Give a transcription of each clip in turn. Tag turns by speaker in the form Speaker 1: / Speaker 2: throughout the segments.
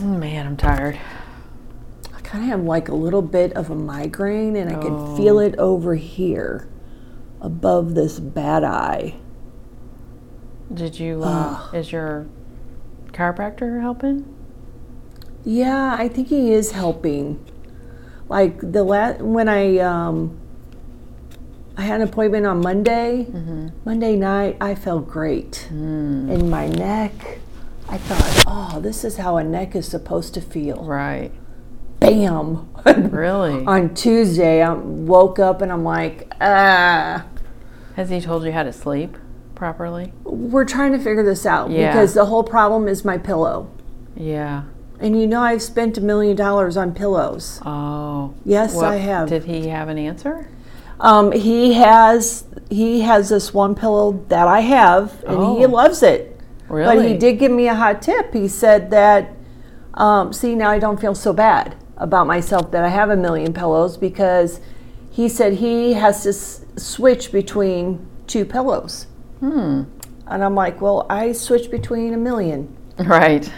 Speaker 1: Man, I'm tired.
Speaker 2: I kind of have like a little bit of a migraine, and I
Speaker 1: Oh.
Speaker 2: can feel it over here above this bad eye.
Speaker 1: Did you? Uh, is your chiropractor helping?
Speaker 2: Yeah, I think he is helping. Like the last when I um I had an appointment on Monday. Monday night, I felt great in my neck. I thought, oh, this is how a neck is supposed to feel.
Speaker 1: Right.
Speaker 2: Bam.
Speaker 1: Really?
Speaker 2: on Tuesday, I woke up and I'm like, ah.
Speaker 1: Has he told you how to sleep properly?
Speaker 2: we're trying to figure this out
Speaker 1: Yeah.
Speaker 2: because the whole problem is my pillow.
Speaker 1: Yeah.
Speaker 2: And you know I've spent a million dollars on pillows.
Speaker 1: Oh.
Speaker 2: Yes, I have.
Speaker 1: Did he have an answer?
Speaker 2: Um, he has he has this one pillow that I have and he
Speaker 1: Oh.
Speaker 2: loves it.
Speaker 1: Really?
Speaker 2: But he did give me a hot tip. He said that um, see now I don't feel so bad about myself that I have a million pillows because he said he has to s- switch between two pillows. Hmm. And I'm like, well, I switch between a million.
Speaker 1: Right.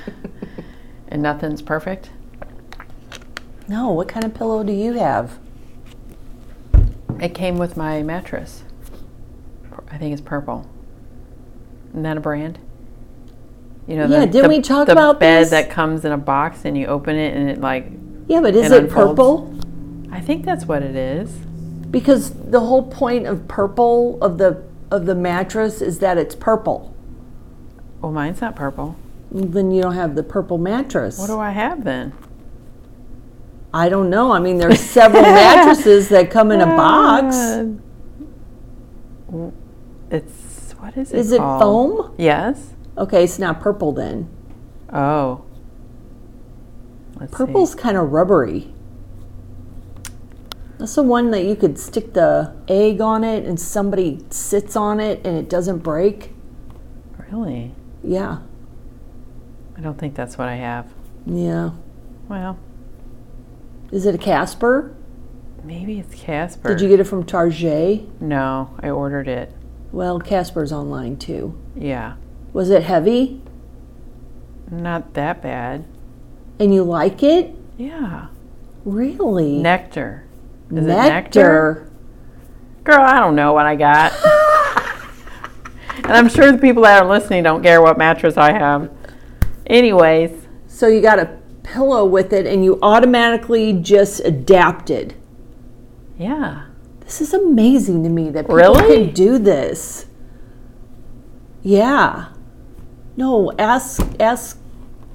Speaker 1: and nothing's perfect.
Speaker 2: No, what kind of pillow do you have?
Speaker 1: It came with my mattress. Pur- I think it's purple. Isn't that a brand? You know,
Speaker 2: Yeah, didn't we talk
Speaker 1: the
Speaker 2: about
Speaker 1: bed
Speaker 2: this?
Speaker 1: that comes in a box and you open it and it like
Speaker 2: Yeah, but is
Speaker 1: It
Speaker 2: it
Speaker 1: unfolds.
Speaker 2: purple?
Speaker 1: I think that's what it is.
Speaker 2: Because the whole point of purple of the of the mattress is that it's purple.
Speaker 1: Well, mine's not purple.
Speaker 2: Then you don't have the purple mattress.
Speaker 1: What do I have then?
Speaker 2: I don't know. I mean, there's several mattresses that come in a box.
Speaker 1: Uh, w- Uh, It's what is it?
Speaker 2: Is it
Speaker 1: called?
Speaker 2: foam?
Speaker 1: Yes.
Speaker 2: Okay, it's not purple then.
Speaker 1: Oh. Let's see.
Speaker 2: Purple's kind of rubbery. That's the one that you could stick the egg on it and somebody sits on it and it doesn't break.
Speaker 1: Really?
Speaker 2: Yeah.
Speaker 1: I don't think that's what I have.
Speaker 2: Yeah.
Speaker 1: Well,
Speaker 2: Is it a Casper?
Speaker 1: maybe it's Casper.
Speaker 2: Did you get it from Target?
Speaker 1: No, I ordered it.
Speaker 2: Well, Casper's online too.
Speaker 1: Yeah.
Speaker 2: Was it heavy
Speaker 1: Not that bad.
Speaker 2: and you like it?
Speaker 1: Yeah.
Speaker 2: Really?
Speaker 1: Nectar. Is it nectar?
Speaker 2: nectar.
Speaker 1: Girl, I don't know what I got. and I'm sure the people that are listening don't care what mattress I have. Anyways,
Speaker 2: So you got a pillow with it and you automatically just adapted.
Speaker 1: yeah.
Speaker 2: This is amazing to me that people
Speaker 1: Really?
Speaker 2: can do this. Yeah. No, ask ask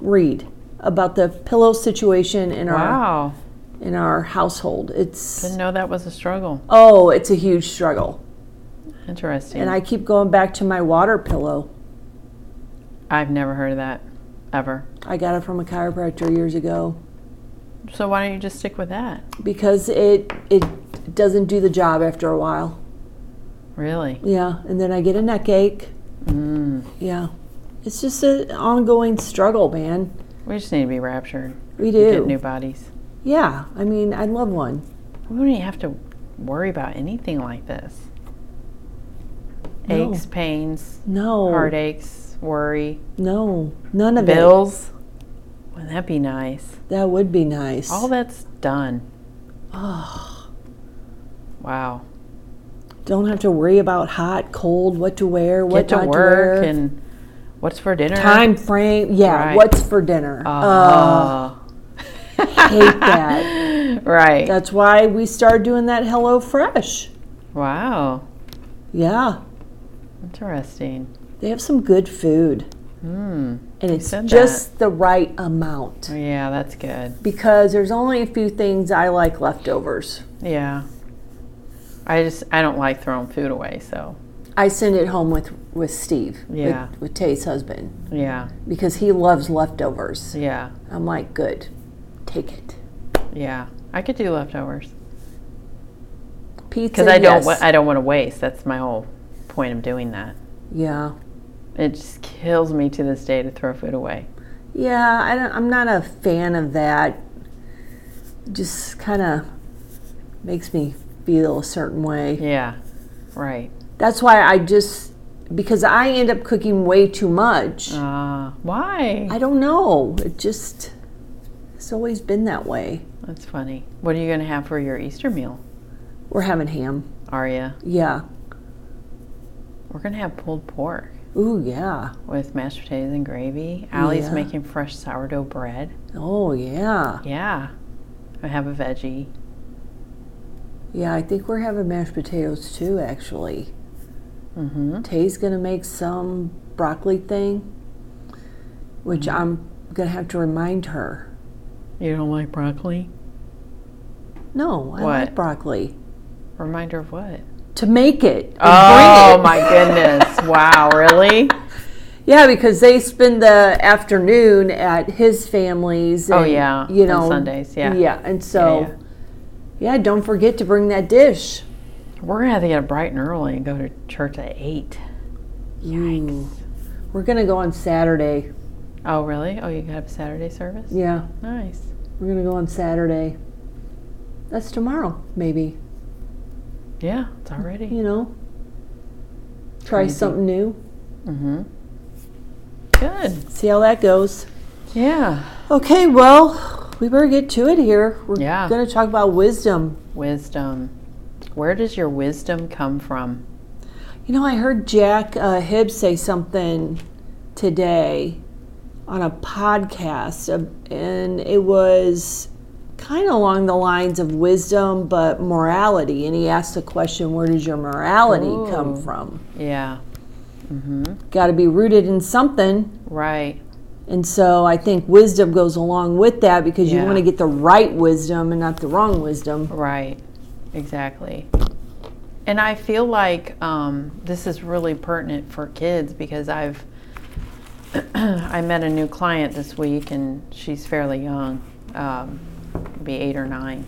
Speaker 2: Reed about the pillow situation in our
Speaker 1: Wow.
Speaker 2: in our household. It's
Speaker 1: Didn't know that was a struggle.
Speaker 2: oh, it's a huge struggle.
Speaker 1: Interesting.
Speaker 2: And I keep going back to my water pillow.
Speaker 1: I've never heard of that ever.
Speaker 2: I got it from a chiropractor years ago
Speaker 1: So why don't you just stick with that?
Speaker 2: because it it doesn't do the job after a while.
Speaker 1: Really?
Speaker 2: Yeah, and then I get a neck ache.
Speaker 1: Mm.
Speaker 2: Yeah. It's just an ongoing struggle, man.
Speaker 1: We just need to be raptured.
Speaker 2: We
Speaker 1: Get new
Speaker 2: do.
Speaker 1: bodies.
Speaker 2: Yeah, I mean, I'd love one.
Speaker 1: We don't even have to worry about anything like this. Aches, pains,
Speaker 2: No.
Speaker 1: heartaches, worry,
Speaker 2: No. None of
Speaker 1: bills. Wouldn't that be nice?
Speaker 2: it. That would be nice.
Speaker 1: All that's done. Wow.
Speaker 2: Don't have to worry about hot, cold, what to wear,
Speaker 1: Get
Speaker 2: what
Speaker 1: to
Speaker 2: not
Speaker 1: work
Speaker 2: to wear.
Speaker 1: and what's for dinner?
Speaker 2: time frame. Yeah,
Speaker 1: Right.
Speaker 2: what's for dinner?
Speaker 1: Oh.
Speaker 2: Uh, hate that.
Speaker 1: right.
Speaker 2: That's why we started doing that Hello Fresh.
Speaker 1: wow.
Speaker 2: Yeah.
Speaker 1: Interesting.
Speaker 2: They have some good food. And it's
Speaker 1: Hmm, said
Speaker 2: just the right amount
Speaker 1: Yeah, that's good.
Speaker 2: because there's only a few things I like leftovers.
Speaker 1: Yeah. I just I don't like throwing food away, so
Speaker 2: I send it home with, with Steve, with-
Speaker 1: Yeah.
Speaker 2: with, Tay's husband,
Speaker 1: yeah.
Speaker 2: because he loves leftovers.
Speaker 1: Yeah.
Speaker 2: I'm like, good. take it.
Speaker 1: Yeah, I could do leftovers
Speaker 2: Pizza.
Speaker 1: because I don't.
Speaker 2: yes.
Speaker 1: Wa- I don't want to waste. That's my whole point of doing that.
Speaker 2: yeah.
Speaker 1: It just kills me to this day to throw food away.
Speaker 2: Yeah, I don't, I'm not a fan of that. Just kind of makes me feel a certain way.
Speaker 1: Yeah, right.
Speaker 2: That's why I just because I end up cooking way too much.
Speaker 1: Uh, why?
Speaker 2: I don't know. It just it's always been that way.
Speaker 1: That's funny. What are you gonna have for your Easter meal,
Speaker 2: We're having ham.
Speaker 1: Aria?
Speaker 2: Yeah.
Speaker 1: We're gonna have pulled pork
Speaker 2: Ooh, yeah.
Speaker 1: with mashed potatoes and gravy. Allie's
Speaker 2: Yeah.
Speaker 1: making fresh sourdough bread.
Speaker 2: Oh, yeah.
Speaker 1: Yeah, I have a veggie.
Speaker 2: Yeah, I think we're having mashed potatoes too actually.
Speaker 1: Mm-hmm.
Speaker 2: Tay's going to make some broccoli thing which
Speaker 1: Mm-hmm.
Speaker 2: I'm going to have to remind her.
Speaker 1: You don't like broccoli?
Speaker 2: No,
Speaker 1: What?
Speaker 2: I like broccoli.
Speaker 1: Reminder of what?
Speaker 2: To make it. and
Speaker 1: Oh
Speaker 2: bring it.
Speaker 1: my goodness! Wow, really?
Speaker 2: Yeah, because they spend the afternoon at his family's.
Speaker 1: Oh,
Speaker 2: and,
Speaker 1: yeah,
Speaker 2: you
Speaker 1: on
Speaker 2: know
Speaker 1: Sundays, yeah.
Speaker 2: yeah, and so
Speaker 1: Yeah,
Speaker 2: yeah, don't forget to bring that dish.
Speaker 1: We're gonna have to get up bright and early and go to church at eight.
Speaker 2: Yikes. We're gonna go on Saturday.
Speaker 1: Oh, really? Oh, you got a Saturday service?
Speaker 2: Yeah,
Speaker 1: Nice.
Speaker 2: we're gonna go on Saturday. That's tomorrow, maybe.
Speaker 1: Yeah, it's already.
Speaker 2: You know, try
Speaker 1: Crazy.
Speaker 2: something new.
Speaker 1: Mm-hmm. Good.
Speaker 2: See how that goes.
Speaker 1: Yeah.
Speaker 2: Okay, well, we better get to it here. We're
Speaker 1: Yeah.
Speaker 2: gonna talk about wisdom.
Speaker 1: Wisdom. Where does your wisdom come from?
Speaker 2: You know, I heard Jack uh, Hibbs say something today on a podcast, uh, and it was kind of along the lines of wisdom but morality. And he asked the question, Where does your morality
Speaker 1: Ooh.
Speaker 2: come from?
Speaker 1: Yeah. Mm-hmm.
Speaker 2: Got to be rooted in something.
Speaker 1: Right.
Speaker 2: And so I think wisdom goes along with that because
Speaker 1: Yeah.
Speaker 2: you want to get the right wisdom and not the wrong wisdom.
Speaker 1: Right. Exactly. And I feel like um, this is really pertinent for kids because I've I met a new client this week and she's fairly young, um, be eight or nine.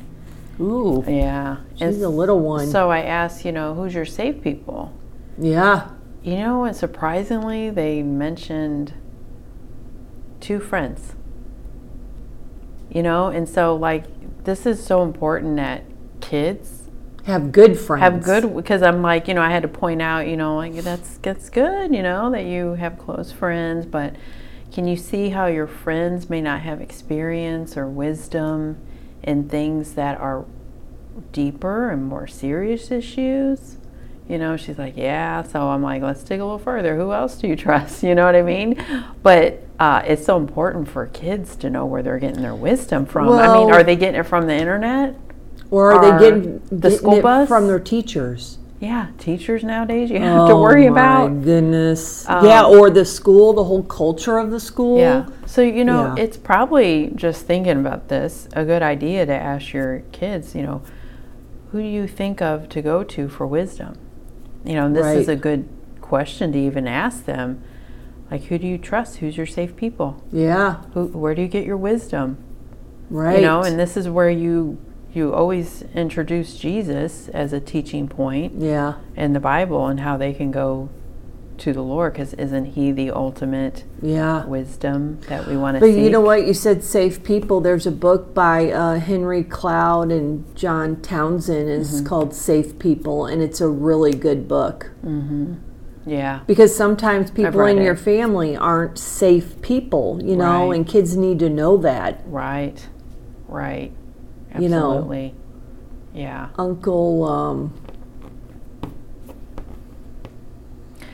Speaker 2: Ooh,
Speaker 1: Yeah. And
Speaker 2: she's a little one.
Speaker 1: so I asked, you know, who's your safe people?
Speaker 2: yeah.
Speaker 1: You know, and surprisingly, they mentioned two friends. You know, and so like this is so important that kids
Speaker 2: Have good friends.
Speaker 1: have good because I'm like, you know, I had to point out, you know, like that's that's good, you know, that you have close friends, but can you see how your friends may not have experience or wisdom in things that are deeper and more serious issues? You know, she's like, yeah. So I'm like, let's dig a little further. Who else do you trust? You know what I mean? But uh, it's so important for kids to know where they're getting their wisdom from. I mean,
Speaker 2: Well-
Speaker 1: are they getting it from the internet?
Speaker 2: Or are,
Speaker 1: are
Speaker 2: they getting,
Speaker 1: the
Speaker 2: getting
Speaker 1: school
Speaker 2: it
Speaker 1: bus?
Speaker 2: from their teachers?
Speaker 1: Yeah, teachers nowadays you have to worry
Speaker 2: oh my
Speaker 1: about.
Speaker 2: goodness.
Speaker 1: Um,
Speaker 2: yeah, or the school, the whole culture of the school.
Speaker 1: Yeah. So you know,
Speaker 2: Yeah.
Speaker 1: it's probably just thinking about this, a good idea to ask your kids, you know, who do you think of to go to for wisdom? You know, and this is
Speaker 2: Right.
Speaker 1: a good question to even ask them. Like who do you trust? Who's your safe people?
Speaker 2: Yeah,
Speaker 1: Who where do you get your wisdom?
Speaker 2: right.
Speaker 1: You know, and this is where you you always introduce Jesus as a teaching point.
Speaker 2: yeah,
Speaker 1: in the Bible and how they can go to the Lord because isn't He the ultimate
Speaker 2: yeah.
Speaker 1: wisdom that we want to
Speaker 2: But
Speaker 1: seek?
Speaker 2: you know what? You said safe people. There's a book by uh, Henry Cloud and John Townsend. And
Speaker 1: Mm-hmm.
Speaker 2: It's called Safe People, and it's a really good book
Speaker 1: Yeah,
Speaker 2: because sometimes people
Speaker 1: Mm. read
Speaker 2: in
Speaker 1: it.
Speaker 2: your family aren't safe people, you know,
Speaker 1: Right.
Speaker 2: and kids need to know that.
Speaker 1: right, right.
Speaker 2: You know.
Speaker 1: Absolutely. Yeah.
Speaker 2: Uncle, um,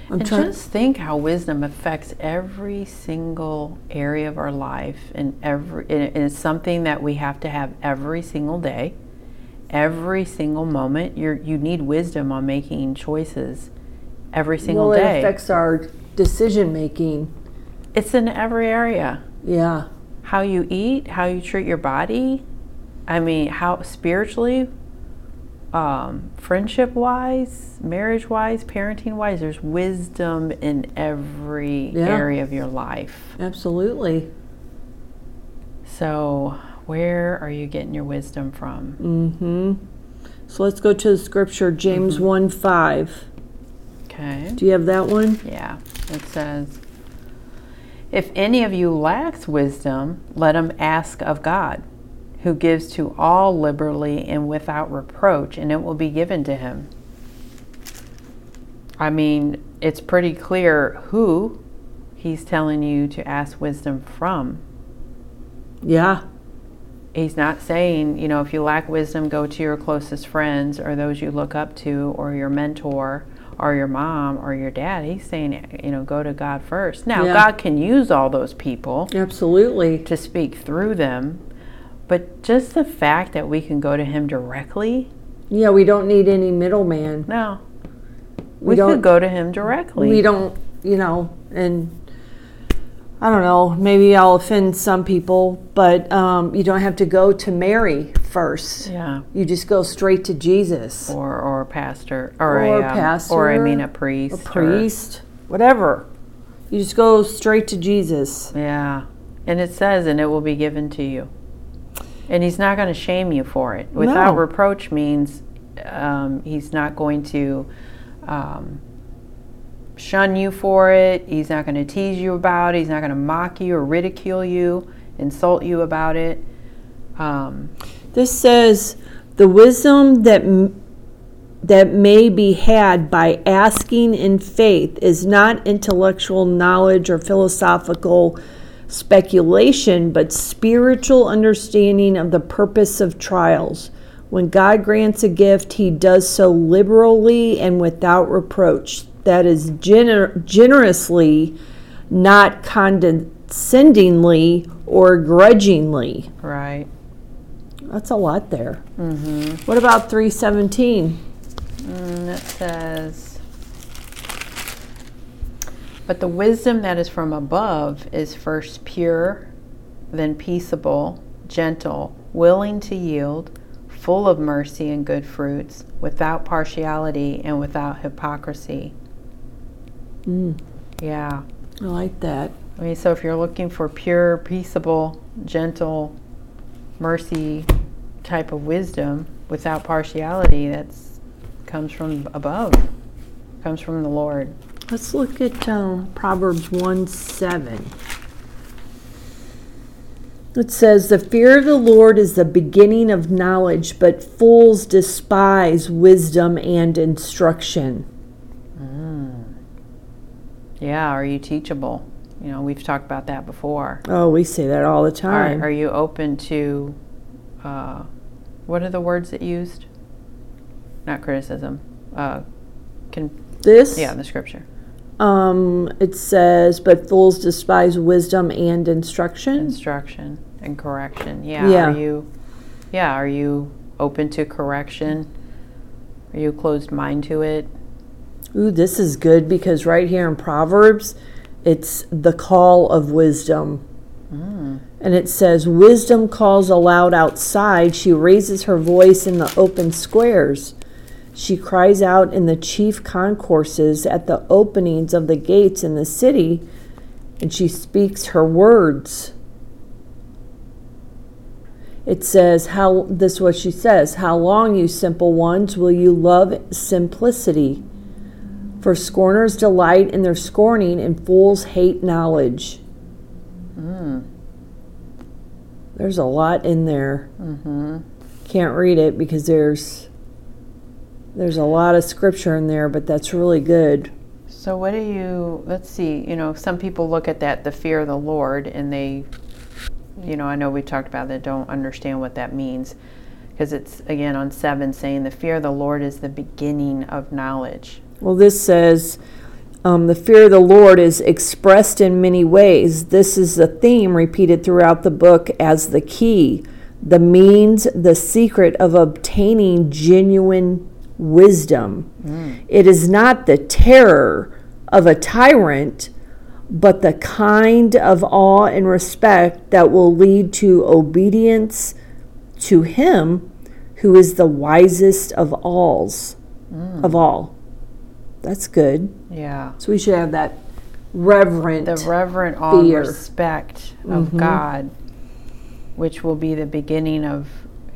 Speaker 2: I'm
Speaker 1: And
Speaker 2: trying.
Speaker 1: just think how wisdom affects every single area of our life, and every and it- and it's something that we have to have every single day, every single moment. You you need wisdom on making choices every single
Speaker 2: well,
Speaker 1: day.
Speaker 2: it affects our decision making.
Speaker 1: it's in every area.
Speaker 2: Yeah.
Speaker 1: how you eat, how you treat your body. I mean, how spiritually, um, friendship wise, marriage wise, parenting wise, there's wisdom in every
Speaker 2: Yeah.
Speaker 1: area of your life.
Speaker 2: Absolutely.
Speaker 1: So, where are you getting your wisdom from? Mm-hmm.
Speaker 2: So let's go to the scripture, James 1 5.
Speaker 1: Okay.
Speaker 2: Do you have that one?
Speaker 1: Yeah, it says, If any of you lacks wisdom, let him ask of God, who gives to all liberally and without reproach, and it will be given to him. I mean, it's pretty clear who he's telling you to ask wisdom from.
Speaker 2: Yeah.
Speaker 1: He's not saying, you know, if you lack wisdom, go to your closest friends or those you look up to or your mentor or your mom or your dad. He's saying, you know, go to God first. Now,
Speaker 2: Yeah.
Speaker 1: God can use all those people
Speaker 2: Absolutely.
Speaker 1: to speak through them, but just the fact that we can go to Him directly,
Speaker 2: Yeah, we don't need any middleman.
Speaker 1: no. We,
Speaker 2: don't-
Speaker 1: could go to Him directly.
Speaker 2: We don't, you know, and I don't know, maybe I'll offend some people, but um, you don't have to go to Mary first.
Speaker 1: Yeah.
Speaker 2: You just go straight to Jesus,
Speaker 1: Or, or a pastor, or, a,
Speaker 2: Or a
Speaker 1: um, or I
Speaker 2: pastor,
Speaker 1: mean a priest,
Speaker 2: a
Speaker 1: or-
Speaker 2: priest, whatever. You just go straight to Jesus.
Speaker 1: Yeah. And it says, and it will be given to you. And he's not going to shame you for it. Without
Speaker 2: No.
Speaker 1: reproach means um, he's not going to um, shun you for it. He's not going to tease you about it. He's not going to mock you or ridicule you, insult you about it. Um,
Speaker 2: This says the wisdom that m- that may be had by asking in faith is not intellectual knowledge or philosophical speculation, but spiritual understanding of the purpose of trials. When God grants a gift, he does so liberally and without reproach. That is gener- generously, not condescendingly or grudgingly.
Speaker 1: right.
Speaker 2: That's a lot there. What about 317?
Speaker 1: And it says, But the wisdom that is from above is first pure, then peaceable, gentle, willing to yield, full of mercy and good fruits, without partiality and without hypocrisy. Yeah.
Speaker 2: I like that.
Speaker 1: I mean, so if you're looking for pure, peaceable, gentle, mercy type of wisdom without partiality, that's comes from above, comes from the Lord.
Speaker 2: Let's look at um, Proverbs 1 7. It says, The fear of the Lord is the beginning of knowledge, but fools despise wisdom and instruction.
Speaker 1: Yeah. Are you teachable? You know, we've talked about that before.
Speaker 2: Oh, we say that all the time.
Speaker 1: Are, are you open to? Uh, what are the words that used? Not criticism. Uh, can
Speaker 2: this?
Speaker 1: yeah, the scripture
Speaker 2: Um, it says, But fools despise wisdom and instruction.
Speaker 1: instruction and correction. Yeah.
Speaker 2: Yeah.
Speaker 1: Are you? Yeah. Are you open to correction? Are you closed mind to it?
Speaker 2: Ooh, this is good because right here in Proverbs, it's the call of wisdom. And it says, Wisdom calls aloud outside. She raises her voice in the open squares. She cries out in the chief concourses at the openings of the gates in the city, and she speaks her words. It says, How this is what she says, How long, you simple ones, will you love simplicity? For scorners delight in their scorning, and fools hate knowledge. There's a lot in there. Mm-hmm. Can't read it because there's there's a lot of scripture in there, but that's really good.
Speaker 1: So, what do you, let's see, you know, some people look at that, the fear of the Lord, and they, you know, I know we talked about that, don't understand what that means. Because it's, again, on seven saying, the fear of the Lord is the beginning of knowledge.
Speaker 2: Well, this says um, the fear of the Lord is expressed in many ways. This is the theme repeated throughout the book as the key, the means, the secret of obtaining genuine wisdom. It is not the terror of a tyrant, but the kind of awe and respect that will lead to obedience to him who is the wisest of alls of all. That's good.
Speaker 1: Yeah.
Speaker 2: So we should have that reverent.
Speaker 1: The reverent awe and
Speaker 2: Fear.
Speaker 1: respect of God. which will be the beginning of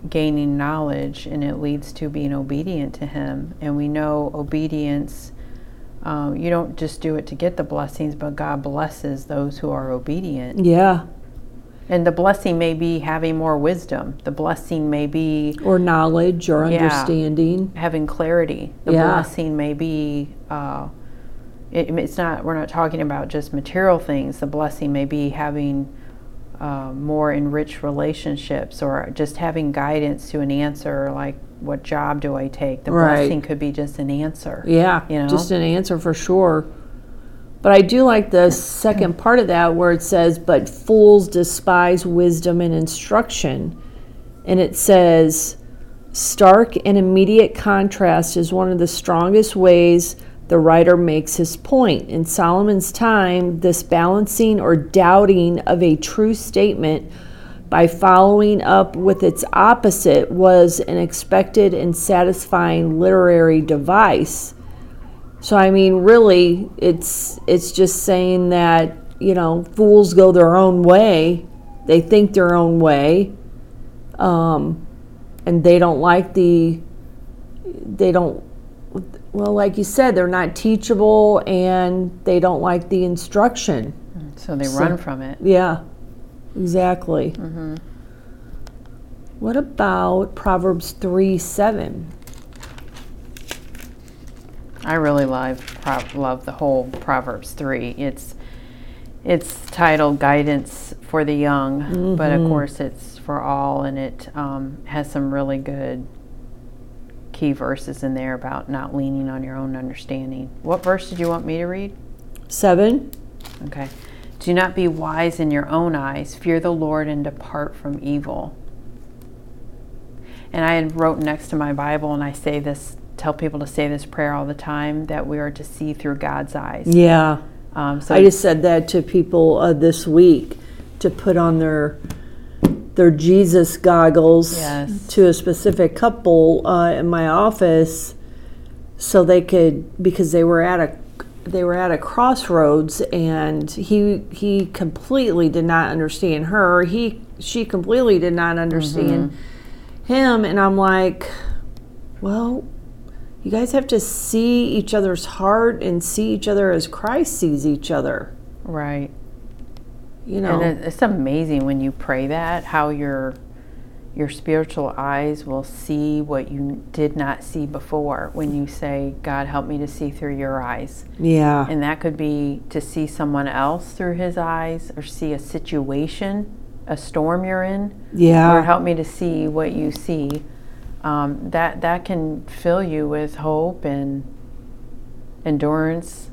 Speaker 1: gaining knowledge and it leads to being obedient to Him. And we know obedience, um, you don't just do it to get the blessings, but God blesses those who are obedient.
Speaker 2: Yeah.
Speaker 1: And the blessing may be having more wisdom, the blessing may be
Speaker 2: Or knowledge or
Speaker 1: Yeah.
Speaker 2: understanding.
Speaker 1: having clarity. The
Speaker 2: Yeah.
Speaker 1: blessing may be. Uh, it, it's not. We're not talking about just material things. The blessing may be having uh, more enriched relationships, or just having guidance to an answer. Like, what job do I take? The
Speaker 2: Right.
Speaker 1: blessing could be just an answer.
Speaker 2: Yeah.
Speaker 1: You know?
Speaker 2: Just an answer for sure. But I do like the second part of that where it says, but fools despise wisdom and instruction. And it says, stark and immediate contrast is one of the strongest ways the writer makes his point. In Solomon's time, this balancing or doubting of a true statement by following up with its opposite was an expected and satisfying literary device. So I mean, really, it's it's just saying that you know fools go their own way, they think their own way, um, and they don't like the they don't well, like you said, they're not teachable and they don't like the instruction.
Speaker 1: So they run from it.
Speaker 2: Yeah, exactly. What about Proverbs three seven?
Speaker 1: I really love prov- love the whole Proverbs three. It's it's titled Guidance for the Young, but of course it's for all, and it um, has some really good key verses in there about not leaning on your own understanding. What verse did you want me to read?
Speaker 2: Seven.
Speaker 1: Okay. Do not be wise in your own eyes. Fear the Lord and depart from evil. And I had wrote next to my Bible, and I say this, tell people to say this prayer all the time that we are to see through God's eyes.
Speaker 2: Yeah.
Speaker 1: Um, so
Speaker 2: I just said that to people uh, this week to put on their their Jesus goggles
Speaker 1: Yes.
Speaker 2: to a specific couple uh, in my office, so they could because they were at a they were at a crossroads and he he completely did not understand her. He she completely did not understand him, and I'm like, well, you guys have to see each other's heart and see each other as Christ sees each other.
Speaker 1: right.
Speaker 2: You know,
Speaker 1: And it- it's amazing when you pray that how your your spiritual eyes will see what you did not see before when you say, God, help me to see through your eyes.
Speaker 2: yeah,
Speaker 1: And that could be to see someone else through his eyes or see a situation, a storm you're in.
Speaker 2: yeah,
Speaker 1: Lord, help me to see what you see. Um, that that can fill you with hope and endurance.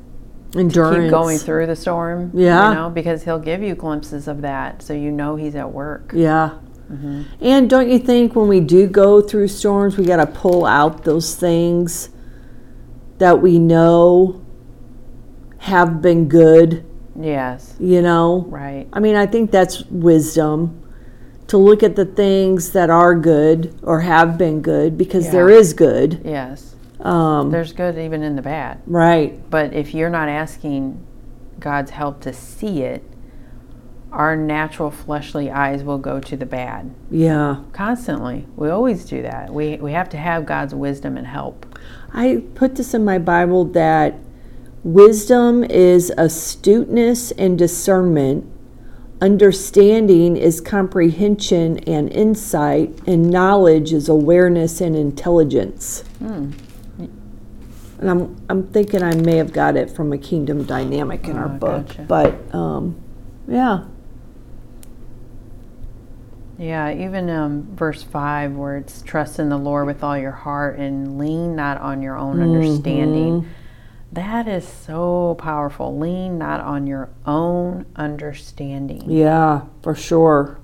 Speaker 2: endurance.
Speaker 1: Keep going through the storm.
Speaker 2: Yeah.
Speaker 1: You know, because he'll give you glimpses of that. So you know he's at work.
Speaker 2: Yeah.
Speaker 1: Mm-hmm.
Speaker 2: And don't you think when we do go through storms, we got to pull out those things that we know have been good,
Speaker 1: Yes.
Speaker 2: you know?
Speaker 1: Right.
Speaker 2: I mean, I think that's wisdom to look at the things that are good or have been good because there
Speaker 1: Yeah.
Speaker 2: is good.
Speaker 1: Yes.
Speaker 2: Um,
Speaker 1: There's good even in the bad.
Speaker 2: right.
Speaker 1: But if you're not asking God's help to see it, our natural fleshly eyes will go to the bad
Speaker 2: Yeah.
Speaker 1: constantly. We always do that. We, we have to have God's wisdom and help.
Speaker 2: I put this in my Bible that wisdom is astuteness and discernment, understanding is comprehension and insight, and knowledge is awareness and intelligence.
Speaker 1: Hmm.
Speaker 2: And I'm, I'm thinking I may have got it from a kingdom dynamic in our
Speaker 1: Oh,
Speaker 2: book,
Speaker 1: gotcha.
Speaker 2: but um, yeah,
Speaker 1: Yeah, even um, verse 5, where it's trust in the Lord with all your heart and lean not on your own understanding. That is so powerful. Lean not on your own understanding.
Speaker 2: yeah, for sure.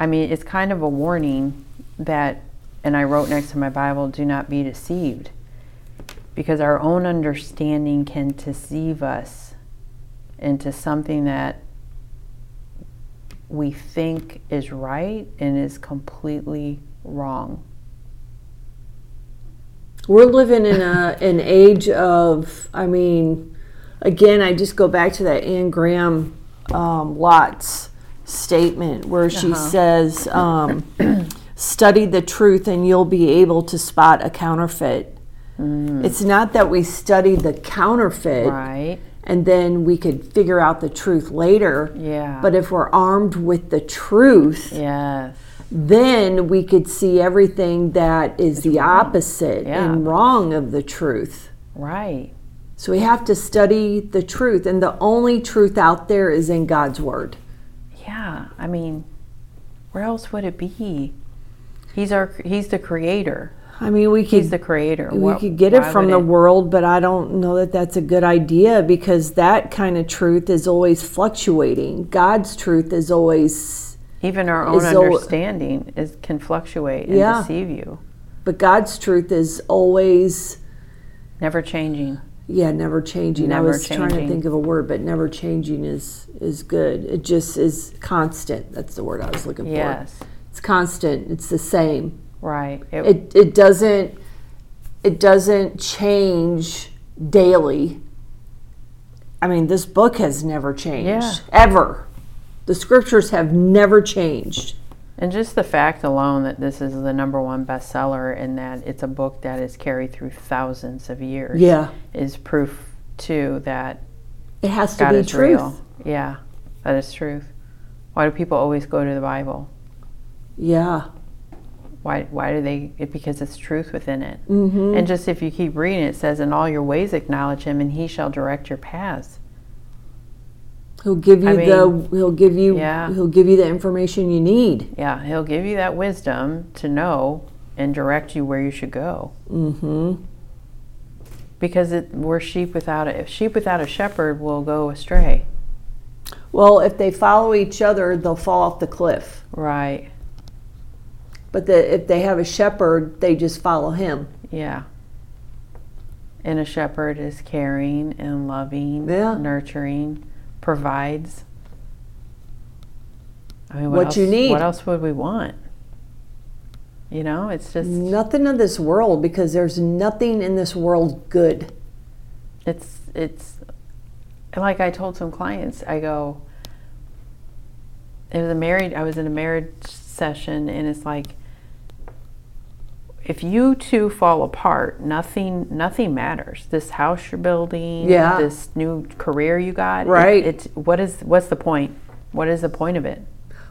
Speaker 1: I mean, it's kind of a warning that, and I wrote next to my Bible, do not be deceived. Because our own understanding can deceive us into something that we think is right and is completely wrong.
Speaker 2: We're living in a an age of, I mean, again, I just go back to that Anne Graham um, Lots statement where
Speaker 1: Uh-huh.
Speaker 2: she says, um, study the truth and you'll be able to spot a counterfeit. It's not that we study the counterfeit
Speaker 1: Mm. Right.
Speaker 2: and then we could figure out the truth later.
Speaker 1: Yeah.
Speaker 2: But if we're armed with the truth,
Speaker 1: Yes.
Speaker 2: then we could see everything that is the opposite
Speaker 1: Yeah.
Speaker 2: and wrong of the truth.
Speaker 1: Right.
Speaker 2: So we have to study the truth, and the only truth out there is in God's Word.
Speaker 1: Yeah. I mean, where else would it be? He's our. He's the creator.
Speaker 2: I mean, we
Speaker 1: He's
Speaker 2: could
Speaker 1: the creator.
Speaker 2: we could get it from the
Speaker 1: world.
Speaker 2: world, but I don't know that that's a good idea because that kind of truth is always fluctuating. God's truth is always,
Speaker 1: Even our own
Speaker 2: is so-
Speaker 1: understanding is can fluctuate and
Speaker 2: Yeah.
Speaker 1: deceive you.
Speaker 2: but God's truth is always.
Speaker 1: Never changing.
Speaker 2: Yeah, never changing. I
Speaker 1: Never
Speaker 2: was trying
Speaker 1: changing.
Speaker 2: to think of a word, but never changing is is good. It just is constant. That's the word I was looking for.
Speaker 1: Yes.
Speaker 2: It's constant. It's the same.
Speaker 1: Right.
Speaker 2: It it doesn't it doesn't change daily. I mean, this book has never changed
Speaker 1: Yeah.
Speaker 2: ever. The scriptures have never changed.
Speaker 1: And just the fact alone that this is the number one bestseller and that it's a book that is carried through thousands of years
Speaker 2: Yeah.
Speaker 1: is proof too that
Speaker 2: It has to
Speaker 1: God
Speaker 2: be
Speaker 1: is
Speaker 2: truth.
Speaker 1: real. Yeah, that is truth. Why do people always go to the Bible?
Speaker 2: Yeah.
Speaker 1: Why, why do they? It, because it's truth within it. Mm-hmm. And just if you keep reading, it says, In all your ways acknowledge him, and he shall direct your paths.
Speaker 2: He'll give you
Speaker 1: I
Speaker 2: the he'll give you
Speaker 1: yeah.
Speaker 2: he'll give you the information you need.
Speaker 1: Yeah, he'll give you that wisdom to know and direct you where you should go.
Speaker 2: Mhm.
Speaker 1: Because it, we're sheep without a sheep without a shepherd will go astray.
Speaker 2: Well, if they follow each other, they'll fall off the cliff.
Speaker 1: Right.
Speaker 2: But the, if they have a shepherd, they just follow him.
Speaker 1: Yeah. And a shepherd is caring and loving,
Speaker 2: Yeah.
Speaker 1: nurturing, provides. I mean,
Speaker 2: What
Speaker 1: else,
Speaker 2: you need.
Speaker 1: What else would we want? You know, it's just
Speaker 2: Nothing of this world, because there's nothing in this world good.
Speaker 1: it's it's like I told some clients, I go it was a married I was in a marriage session and it's like if you two fall apart, nothing nothing matters. This house you're building,
Speaker 2: Yeah.
Speaker 1: this new career you got, it-
Speaker 2: Right.
Speaker 1: it's what is what's the point? What is the point of it?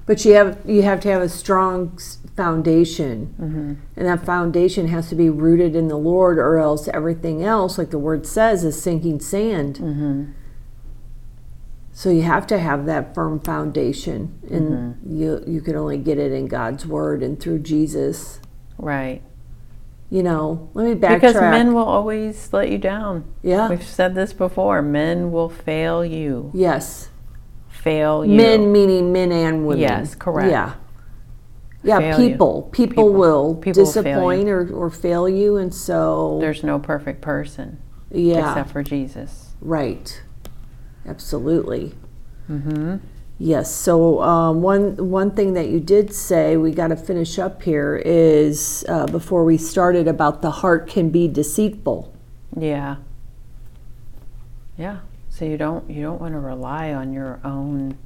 Speaker 2: But you have you have to have a strong s- foundation,
Speaker 1: Mm-hmm.
Speaker 2: and that foundation has to be rooted in the Lord, or else everything else, like the word says, is sinking sand.
Speaker 1: Mm-hmm.
Speaker 2: So you have to have that firm foundation, and
Speaker 1: Mm-hmm.
Speaker 2: you you can only get it in God's word and through Jesus.
Speaker 1: Right.
Speaker 2: You know, let me backtrack.
Speaker 1: Because men will always let you down.
Speaker 2: yeah,
Speaker 1: We've said this before. Men will fail you.
Speaker 2: Yes.
Speaker 1: Fail you.
Speaker 2: Men meaning men and women.
Speaker 1: Yes, correct.
Speaker 2: Yeah. Yeah,
Speaker 1: Fail you.
Speaker 2: people. people.
Speaker 1: People.
Speaker 2: will
Speaker 1: People will fail
Speaker 2: disappoint or, or fail you and so
Speaker 1: There's no perfect person.
Speaker 2: yeah,
Speaker 1: except for Jesus.
Speaker 2: right. Absolutely. Mhm.
Speaker 1: Mm-hmm.
Speaker 2: Yes, so um, one one thing that you did say we got to finish up here is uh, before we started about the heart can be deceitful.
Speaker 1: Yeah. Yeah. So you don't you don't want to rely on your own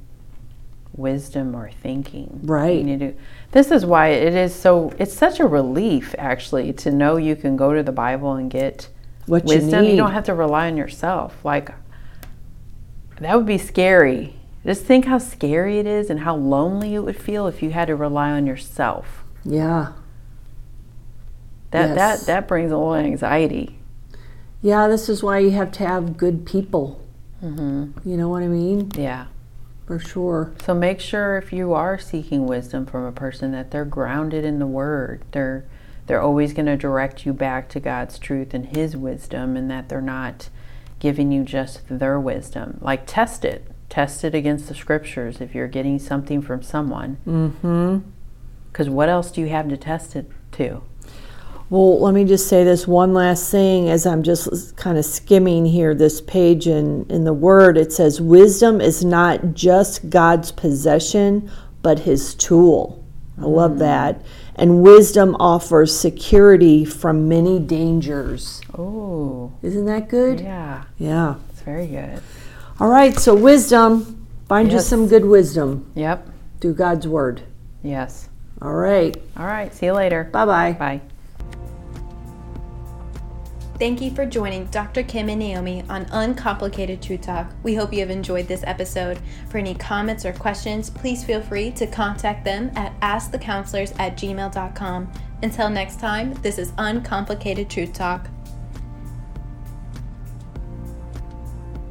Speaker 1: wisdom or thinking. You
Speaker 2: Right.
Speaker 1: need to This is why it is so it's such a relief actually to know you can go to the Bible and get
Speaker 2: What
Speaker 1: wisdom.
Speaker 2: you
Speaker 1: You,
Speaker 2: need.
Speaker 1: don't have to rely on yourself. Like that would be scary. Just think how scary it is and how lonely it would feel if you had to rely on yourself.
Speaker 2: yeah.
Speaker 1: That
Speaker 2: Yes.
Speaker 1: that that brings a little anxiety.
Speaker 2: Yeah, this is why you have to have good people.
Speaker 1: Mm-hmm.
Speaker 2: You know what I mean?
Speaker 1: Yeah.
Speaker 2: For sure.
Speaker 1: So make sure if you are seeking wisdom from a person that they're grounded in the word. They're they're always going to direct you back to God's truth and his wisdom and that they're not giving you just their wisdom. Like test it. Test it against the scriptures if you're getting something from someone. Mhm. Cuz what else do you have to test it to?
Speaker 2: Well, let me just say this one last thing as I'm just kind of skimming here this page in, in the Word. It says, Wisdom is not just God's possession, but His tool. I love that. And wisdom offers security from many dangers.
Speaker 1: Oh,
Speaker 2: Isn't that good?
Speaker 1: yeah.
Speaker 2: Yeah.
Speaker 1: It's very good.
Speaker 2: All right, so wisdom. Find you
Speaker 1: Yes.
Speaker 2: some good wisdom.
Speaker 1: Yep.
Speaker 2: through God's word.
Speaker 1: Yes.
Speaker 2: All right.
Speaker 1: All right. See you later.
Speaker 2: Bye bye.
Speaker 1: Bye.
Speaker 3: Thank you for joining Dr. Kim and Naomi on Uncomplicated Truth Talk. We hope you have enjoyed this episode. For any comments or questions, please feel free to contact them at askthecounselors at gmail.com. Until next time, this is Uncomplicated Truth Talk.